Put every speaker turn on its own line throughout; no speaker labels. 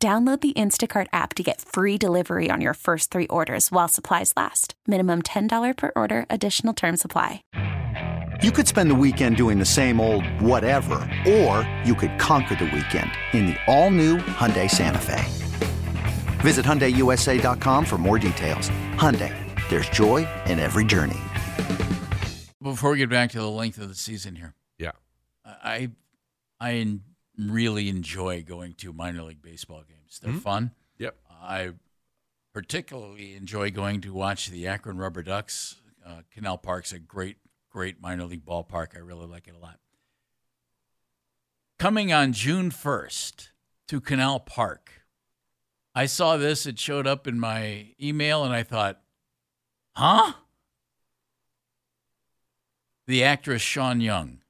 Download the Instacart app to get free delivery on your first three orders while supplies last. Minimum $10 per order, additional term supply.
You could spend the weekend doing the same old whatever, or you could conquer the weekend in the all-new Hyundai Santa Fe. Visit HyundaiUSA.com for more details. Hyundai, there's joy in every journey.
Before we get back to the length of the season here,
Yeah.
I I en- really enjoy going to minor league baseball games. They're fun.
Yep.
I particularly enjoy going to watch the Akron Rubber Ducks. Uh, Canal Park's a great, great minor league ballpark. I really like it a lot. Coming on June 1st to Canal Park, I saw this. It showed up in my email, and I thought, huh? The actress Sean Young.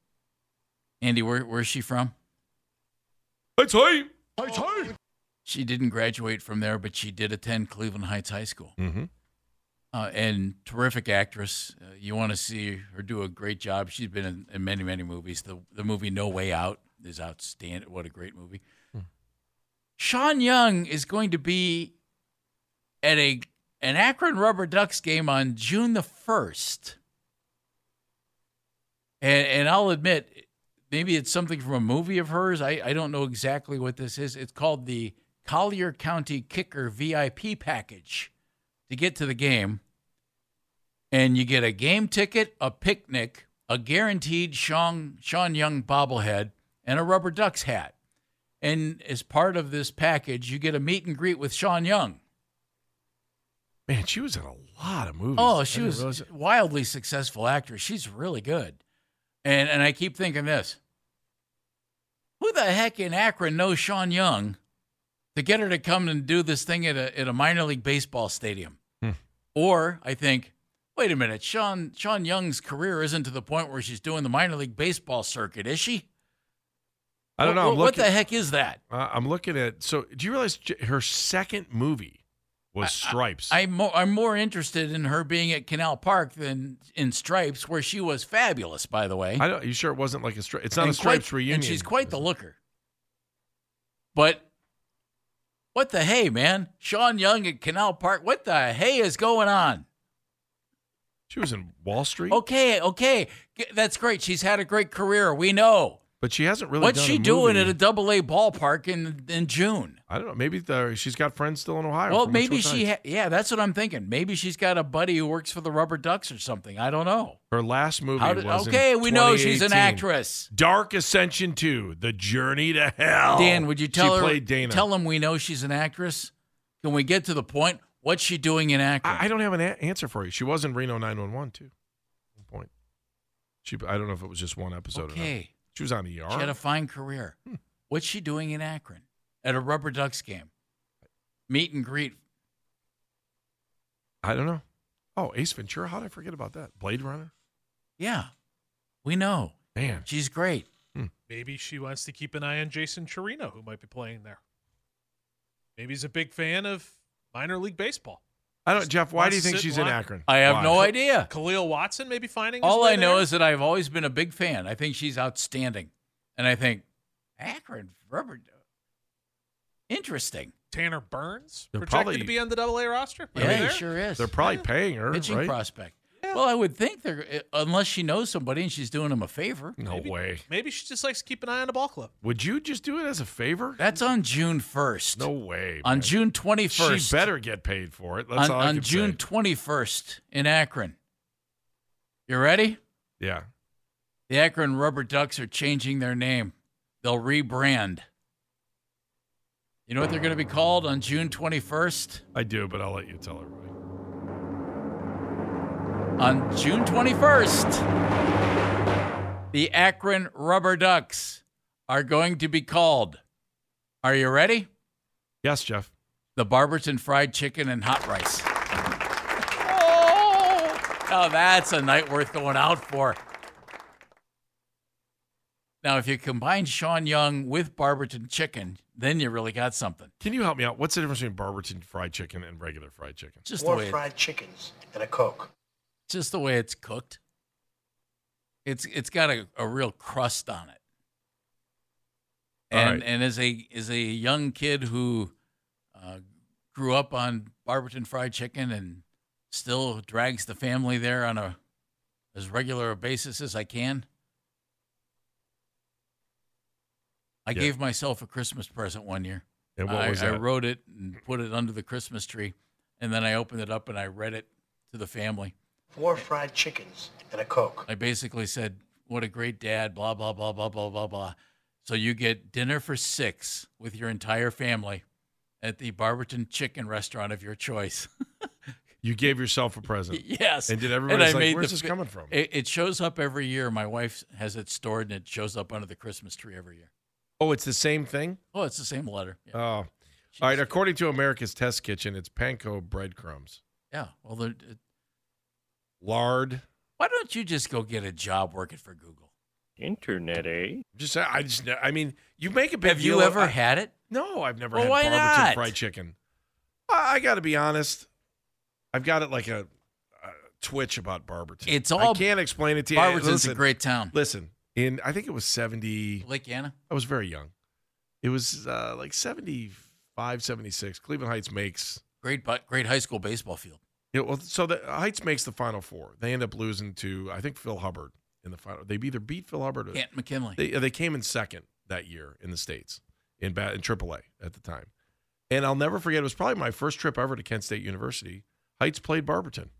Andy, where, where's she from?
It's hey.
She didn't graduate from there, but she did attend Cleveland Heights High School.
Mm-hmm.
uh, and terrific actress. Uh, you want to see her do a great job. She's been in, in many, many movies. The the movie No Way Out is outstanding. What a great movie. Sean Young is going to be at a an Akron Rubber Ducks game on June the first. And and I'll admit, maybe it's something from a movie of hers. I, I don't know exactly what this is. It's called the Collier County Kicker VIP package to get to the game, and you get a game ticket, a picnic, a guaranteed Sean, Sean Young bobblehead, and a rubber ducks hat. And as part of this package, you get a meet and greet with Sean Young.
Man, she was in a lot of movies.
Oh,
I
she
didn't
was
realize it.
a wildly successful actress. She's really good. And and I keep thinking this. Who the heck in Akron knows Sean Young to get her to come and do this thing at a at a minor league baseball stadium?
Hmm.
Or I think, wait a minute, Sean Sean Young's career isn't to the point where she's doing the minor league baseball circuit, is she?
I don't
What-
know. I'm
What,
looking,
the heck is that?
Uh, I'm looking at. So, do you realize j- her second movie was Stripes?
I'm more, I'm more interested in her being at Canal Park than in Stripes, where she was fabulous, by the way.
I don't. You sure it wasn't like a Stripes? It's not a
And quite-
Stripes reunion.
And she's quite
is
the
it?
looker. But what the hey, man? Sean Young at Canal Park. What the hey is going on?
She was in Wall Street.
Okay, okay. G- That's great. She's had a great career. We know.
but she hasn't really.
What's
done
she
a
doing
movie.
at a double A ballpark in in June?
I don't know. Maybe the, she's got friends still in Ohio.
Well,
from which
maybe
one
she.
time.
Ha- yeah, that's what I'm thinking. Maybe she's got a buddy who works for the Rubber Ducks or something. I don't know.
her last movie
How did-
was in
okay, we know she's an
2018.
actress.
Dark Ascension 2, The Journey to Hell.
Dan, would you tell
Oh, she
her?
played Dana.
Tell him we know she's an actress. Can we get to the point? What's she doing in Akron?
I, I don't have an a- answer for you. She was in Reno 911 too. At one point. She I don't know Hmm. if it was just one episode or not.
Okay.
She was on ER.
She had a fine career. What's she doing in Akron at a rubber ducks game? Meet and greet.
I don't know. Oh, Ace Ventura, how did I forget about that? Blade Runner?
Yeah, we know.
Man.
She's great.
Maybe she wants to keep an eye on Jason Chirino, who might be playing there. Maybe he's a big fan of minor league baseball.
I don't Jeff, why
Wants
do you
to
think
sit
she's
and
in
watch.
Akron?
I have
Why?
no idea.
Khalil Watson maybe finding. his
All
way
I know
there?
is that I've always been a big fan. I think she's outstanding. And I think Akron rubber duck. Interesting.
Tanner Burns
They're
projected
probably-
to be on the Double A roster. Might be
yeah, he
there.
sure is.
They're probably paying her,
pitching
right?
prospect. Well, I would think they're eh, unless she knows somebody and she's doing them a favor.
no
Maybe-
way.
Maybe she just likes to keep an eye on the ball club.
Would you just do it as a favor?
That's on June first.
no way.
on
man.
June twenty first.
She better get paid for it.
on,
That's all I
on
can say.
June 21st in Akron. You ready?
Yeah.
The Akron Rubber Ducks are changing their name. They'll rebrand. You know what they're going to be called on June 21st?
I do, but I'll let you tell everybody.
On June 21st, the Akron Rubber Ducks are going to be called. Are you ready?
Yes, Jeff.
the Barberton fried chicken and hot rice. Oh, now that's a night worth going out for. Now, if you combine Sean Young with Barberton chicken, then you really got something.
Can you help me out? What's the difference between Barberton fried chicken and regular fried chicken?
Just the
Four
way it-
fried chickens and a Coke.
just the way it's cooked. It's it's got a, a real crust on it.
All
And
right.
and as a as a young kid who uh, grew up on Barberton fried chicken and still drags the family there on a as regular a basis as I can. I
Yeah.
gave myself a Christmas present one year.
And what
I,
was
I
that?
wrote it and put it under the Christmas tree, and then I opened it up and I read it to the family.
Four fried chickens and a Coke.
I basically said, "What a great dad!" Blah blah blah blah blah blah blah. So you get dinner for six with your entire family at the Barberton Chicken restaurant of your choice.
you gave yourself a present.
yes.
And did everybody
everybody?
like, where's this coming from?
It, it shows up every year. My wife has it stored, and it shows up under the Christmas tree every year.
oh, it's the same thing?
Oh, it's the same letter. Yeah.
Oh. All right. According to America's Test Kitchen, it's panko breadcrumbs,
yeah. Well, they're- uh,
lard.
why don't you just go get a job working for Google?
Internet, eh?
Just I just I mean, you uh, make a big
Have you
deal-
ever
I-
had it?
No, I've never
Well,
had
why
Barberton
not?
fried chicken. I, I got to be honest. I've got it like a, a twitch about Barberton.
It's
I
all-
can't explain it to you.
Barberton's
listen,
a great town.
Listen, in I think it was 70
Lake Anna.
I was very young. It was uh, like 75, 76. Cleveland Heights makes
Great, bu- great high school baseball field.
you know, well, so the Heights makes the final four. They end up losing to I think Phil Hubbard in the final. They either beat Phil Hubbard or
Kent McKinley.
They uh, they came in second that year in the states in ba- in AAA at the time, and I'll never forget. It was probably my first trip ever to Kent State University. Heights played Barberton,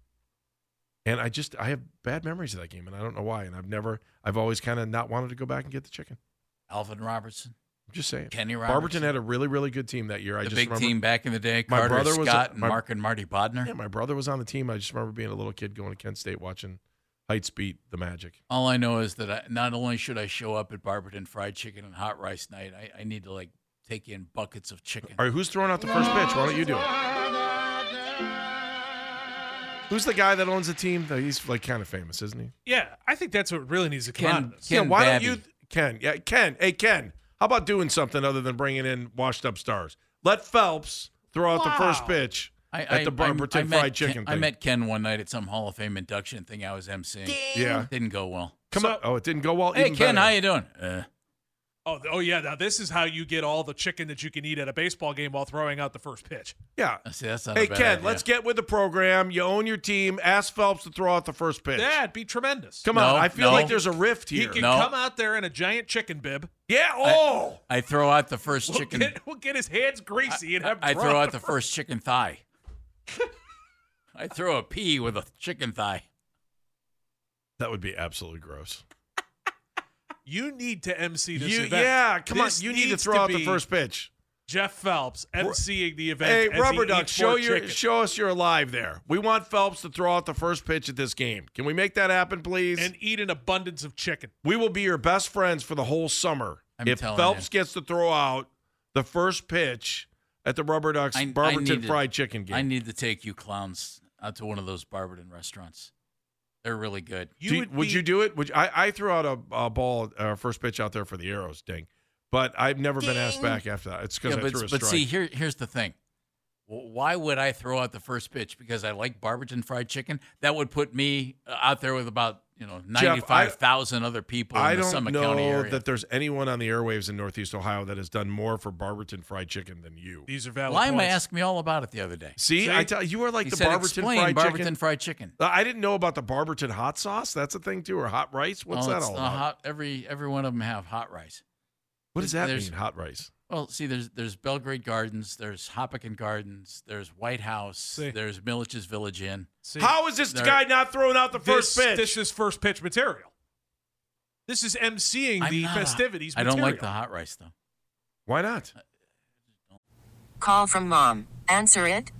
and I just I have bad memories of that game, and I don't know why. And I've never I've always kind of not wanted to go back and get the chicken.
Alvin Robertson.
I'm just saying.
Kenny Robertson.
Barberton had a really really good team that year. I
the
just
big
remember,
team back in the day.
My
Carter
brother was a-
Scott and
my-
Mark and Marty Bodner.
Yeah, my brother was on the team. I just remember being a little kid going to Kent State watching Heights beat the Magic.
All I know is that I, not only should I show up at Barberton fried chicken and hot rice night, I, I need to like take in buckets of chicken.
All right, who's throwing out the first pitch? Why don't you do it? Who's the guy that owns the team? Though He's like kind of famous, isn't he?
Yeah, I think that's what really needs to come
Ken-
out of this.
Ken
yeah, why
Babby.
don't you Ken? Yeah, Ken. Hey, Ken. How about doing something other than bringing in washed up stars? Let Phelps throw out the first
Wow.
pitch
I,
at the Barberton
met
fried chicken
Ken,
thing.
I met Ken one night at some Hall of Fame induction thing I was emceeing.
yeah.
Didn't go well.
Come on. Oh, it didn't go well.
Hey
Even
Ken,
better.
how you doing? Uh,
Oh, oh yeah. Now this is how you get all the chicken that you can eat at a baseball game while throwing out the first pitch.
Yeah.
see, that's not a
Hey
bad
Ken,
idea.
let's get with the program. You own your team. Ask Phelps to throw out the first pitch.
That'd be tremendous.
Come
No,
on. I feel
no.
like there's a rift
he
here.
can
No.
come out there in a giant chicken bib.
Yeah. Oh.
I throw out the first
We'll,
chicken.
get, we'll get his hands greasy and
I,
have
I
broth.
throw out the first chicken thigh. I throw a pea with a chicken thigh.
that would be absolutely gross.
You need to MC this
You,
event.
yeah, come
This
on. You need to
needs
throw out the
be
first pitch.
Jeff Phelps emceeing the event.
Hey,
as he
Rubber
eats
Duck, show
more
your
chicken.
show us you're alive there. We want Phelps to throw out the first pitch at this game. Can we make that happen, please?
and eat an abundance of chicken.
we will be your best friends for the whole summer
I'm
if
telling
Phelps gets to throw out the first pitch at the Rubber Ducks
I- I
Barberton
need to-
Fried Chicken game.
I need to take you clowns out to one of those Barberton restaurants. They're really good.
You
Do you-
would, be-
you do it? Would you, I, I threw out a, a ball, uh, first pitch out there for the arrows, ding. But I've never been asked back after that. It's because I
but,
threw a
but
strike.
see, here, here's the thing. W- Why would I throw out the first pitch? Because I like Barberton fried chicken. That would put me uh, out there with about you know
I-
ninety five thousand other people
I
in the
don't
Summit
know
County area.
that there's anyone on the airwaves in Northeast Ohio that has done more for Barberton fried chicken than you.
These are valid
Lima
points.
asked me all about it the other day.
See,
See?
I tell you are like
he
the
said,
Barberton
"Explain
fried
Barberton
chicken.
fried chicken."
Uh, I didn't know about the Barberton hot sauce. That's a thing too, or hot rice. What's
Oh,
that
it's
all
the
about?
hot- every every one of them have hot rice.
what does that
there's-
mean? Hot rice.
Well, see, there's there's Belgrade Gardens, there's Hoppekin Gardens, there's White House,
See.
there's Militia's Village Inn.
See,
How is this
There-
guy not throwing out the first
this,
pitch?
This is first pitch material. This is emceeing
I'm
the
not a-
festivities.
I don't like the
material.
hot rice though.
Why not?
Call from mom. Answer it.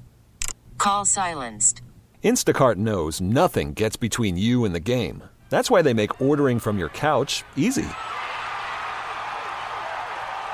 Call silenced.
Instacart knows nothing gets between you and the game. That's why they make ordering from your couch easy.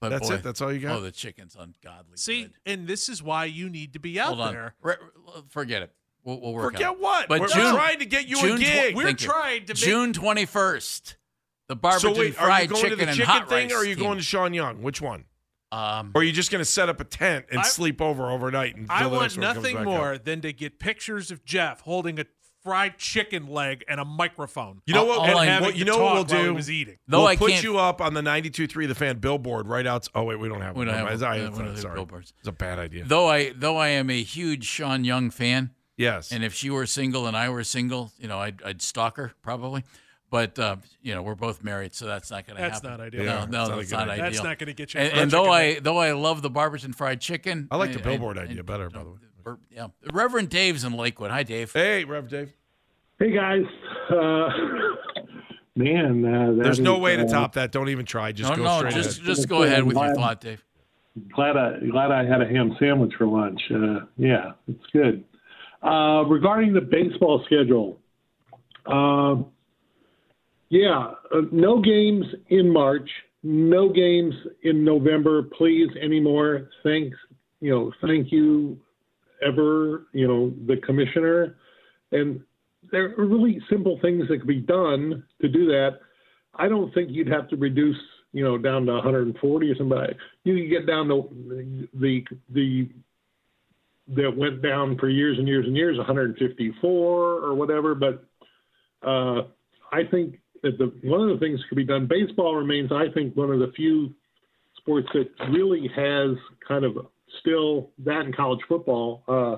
But
That's it? That's all you got?
Oh, the chicken's ungodly.
See,
good.
and this is why you need to be out
hold on.
there.
Re- re- forget it. We'll, we'll work.
Forget
on it.
what?
But
We're
June,
trying to get you a
June tw-
gig.
We're
thank you.
trying to make-
June twenty first. The Barberton
so wait,
fried
are you going
chicken
to the
and
chicken
hot
thing,
rice
or are you
team.
going to Sean Young? Which one?
Um,
Or are you just going to set up a tent and
I-
sleep over overnight? And
I
until the
want
next one comes
nothing
back
more
Up?
than to get pictures of Jeff holding a fried chicken leg and a microphone.
You know
All-
what?
all
and
I-
have
what-
it
having
you
to
know what we'll
talk while he
do?
was eating.
Though
we'll
I
put
can't-
you up on the 92.3 The Fan billboard right out. Oh wait, we don't have.
We
one.
don't have one.
I, I,
We don't
it's
have
not-
one of those
sorry.
billboards.
It's a bad idea.
though I though I am a huge Sean Young fan,
yes.
and if she were single and I were single, you know, I'd, I'd stalk her probably. But uh, you know, we're both married, so that's not going to
That's
happen.
not ideal.
Yeah,
No,
it's
no,
not a
that's
good
not,
idea.
ideal.
That's not gonna get you
And,
fried
and though I
chicken.
though I love the Barberton fried chicken,
I like the billboard idea better, by the way.
Bur- yeah, Reverend Dave's in Lakewood. Hi, Dave.
hey, Rev Dave.
Hey guys, uh, man, uh, that
There's no
is,
way to
uh,
top that. Don't even try. Just
no,
go
no,
straight
just
ahead.
just go ahead with your
Mine-
thought, Dave.
Glad I glad I had a ham sandwich for lunch. Uh, yeah, it's good. Uh, regarding the baseball schedule, um, yeah, uh, no games in March, no games in November, please anymore. Thanks, you know, thank you, ever, you know, the commissioner, and there are really simple things that could be done to do that. I don't think you'd have to reduce, you know, down to 140 or somebody. You could get down to the the that went down for years and years and years, 154 or whatever. But uh, I think that the one of the things could be done. Baseball remains, I think, one of the few sports that really has kind of still that in college football, uh,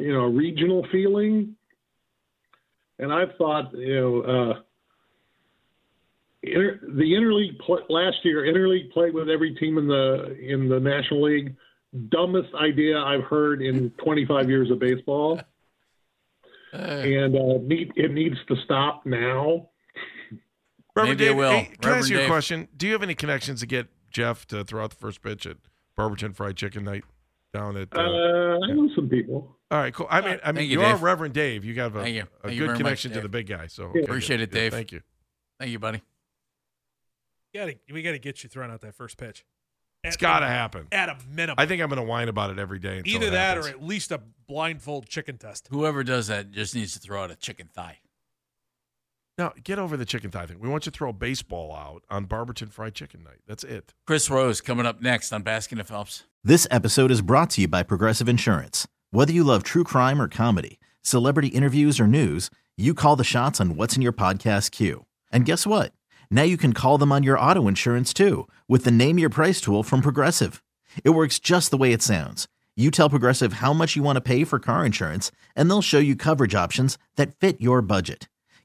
you know, regional feeling. And I've thought, you know. Uh, inter, the interleague pl- last year interleague play with every team in the in the National League dumbest idea I've heard in 25 years of baseball and uh, need, it needs to stop now
Reverend
Maybe it
Dave,
will.
hey, can I
Reverend
ask you a
Dave.
question? Do you have any connections to get Jeff to throw out the first pitch at Barberton Fried Chicken Night down at?
uh, I know some people
All right, cool. I mean, I mean,
Thank
you,
you,
are
Dave.
Reverend Dave. You have a,
Thank you.
a
Thank you
good
very much,
connection to
Dave.
the big guy. So
Yeah.
okay,
Appreciate it,
yeah,
Dave.
thank you.
Thank you, buddy.
Gotta, we got to get you thrown out that first pitch.
It's
At-
got to happen.
At a minimum.
I think I'm going to whine about it every day. Until
Either
it
that or
happens.
at least a blindfold chicken test.
Whoever does that just needs to throw out a chicken thigh.
no, get over the chicken thigh thing. We want you to throw a baseball out on Barberton Fried Chicken Night. That's it.
Chris Rose coming up next on Baskin and Phelps.
This episode is brought to you by Progressive Insurance. Whether you love true crime or comedy, celebrity interviews or news, you call the shots on what's in your podcast queue. And guess what? Now you can call them on your auto insurance too with the Name Your Price tool from Progressive. It works just the way it sounds. You tell Progressive how much you want to pay for car insurance, and they'll show you coverage options that fit your budget.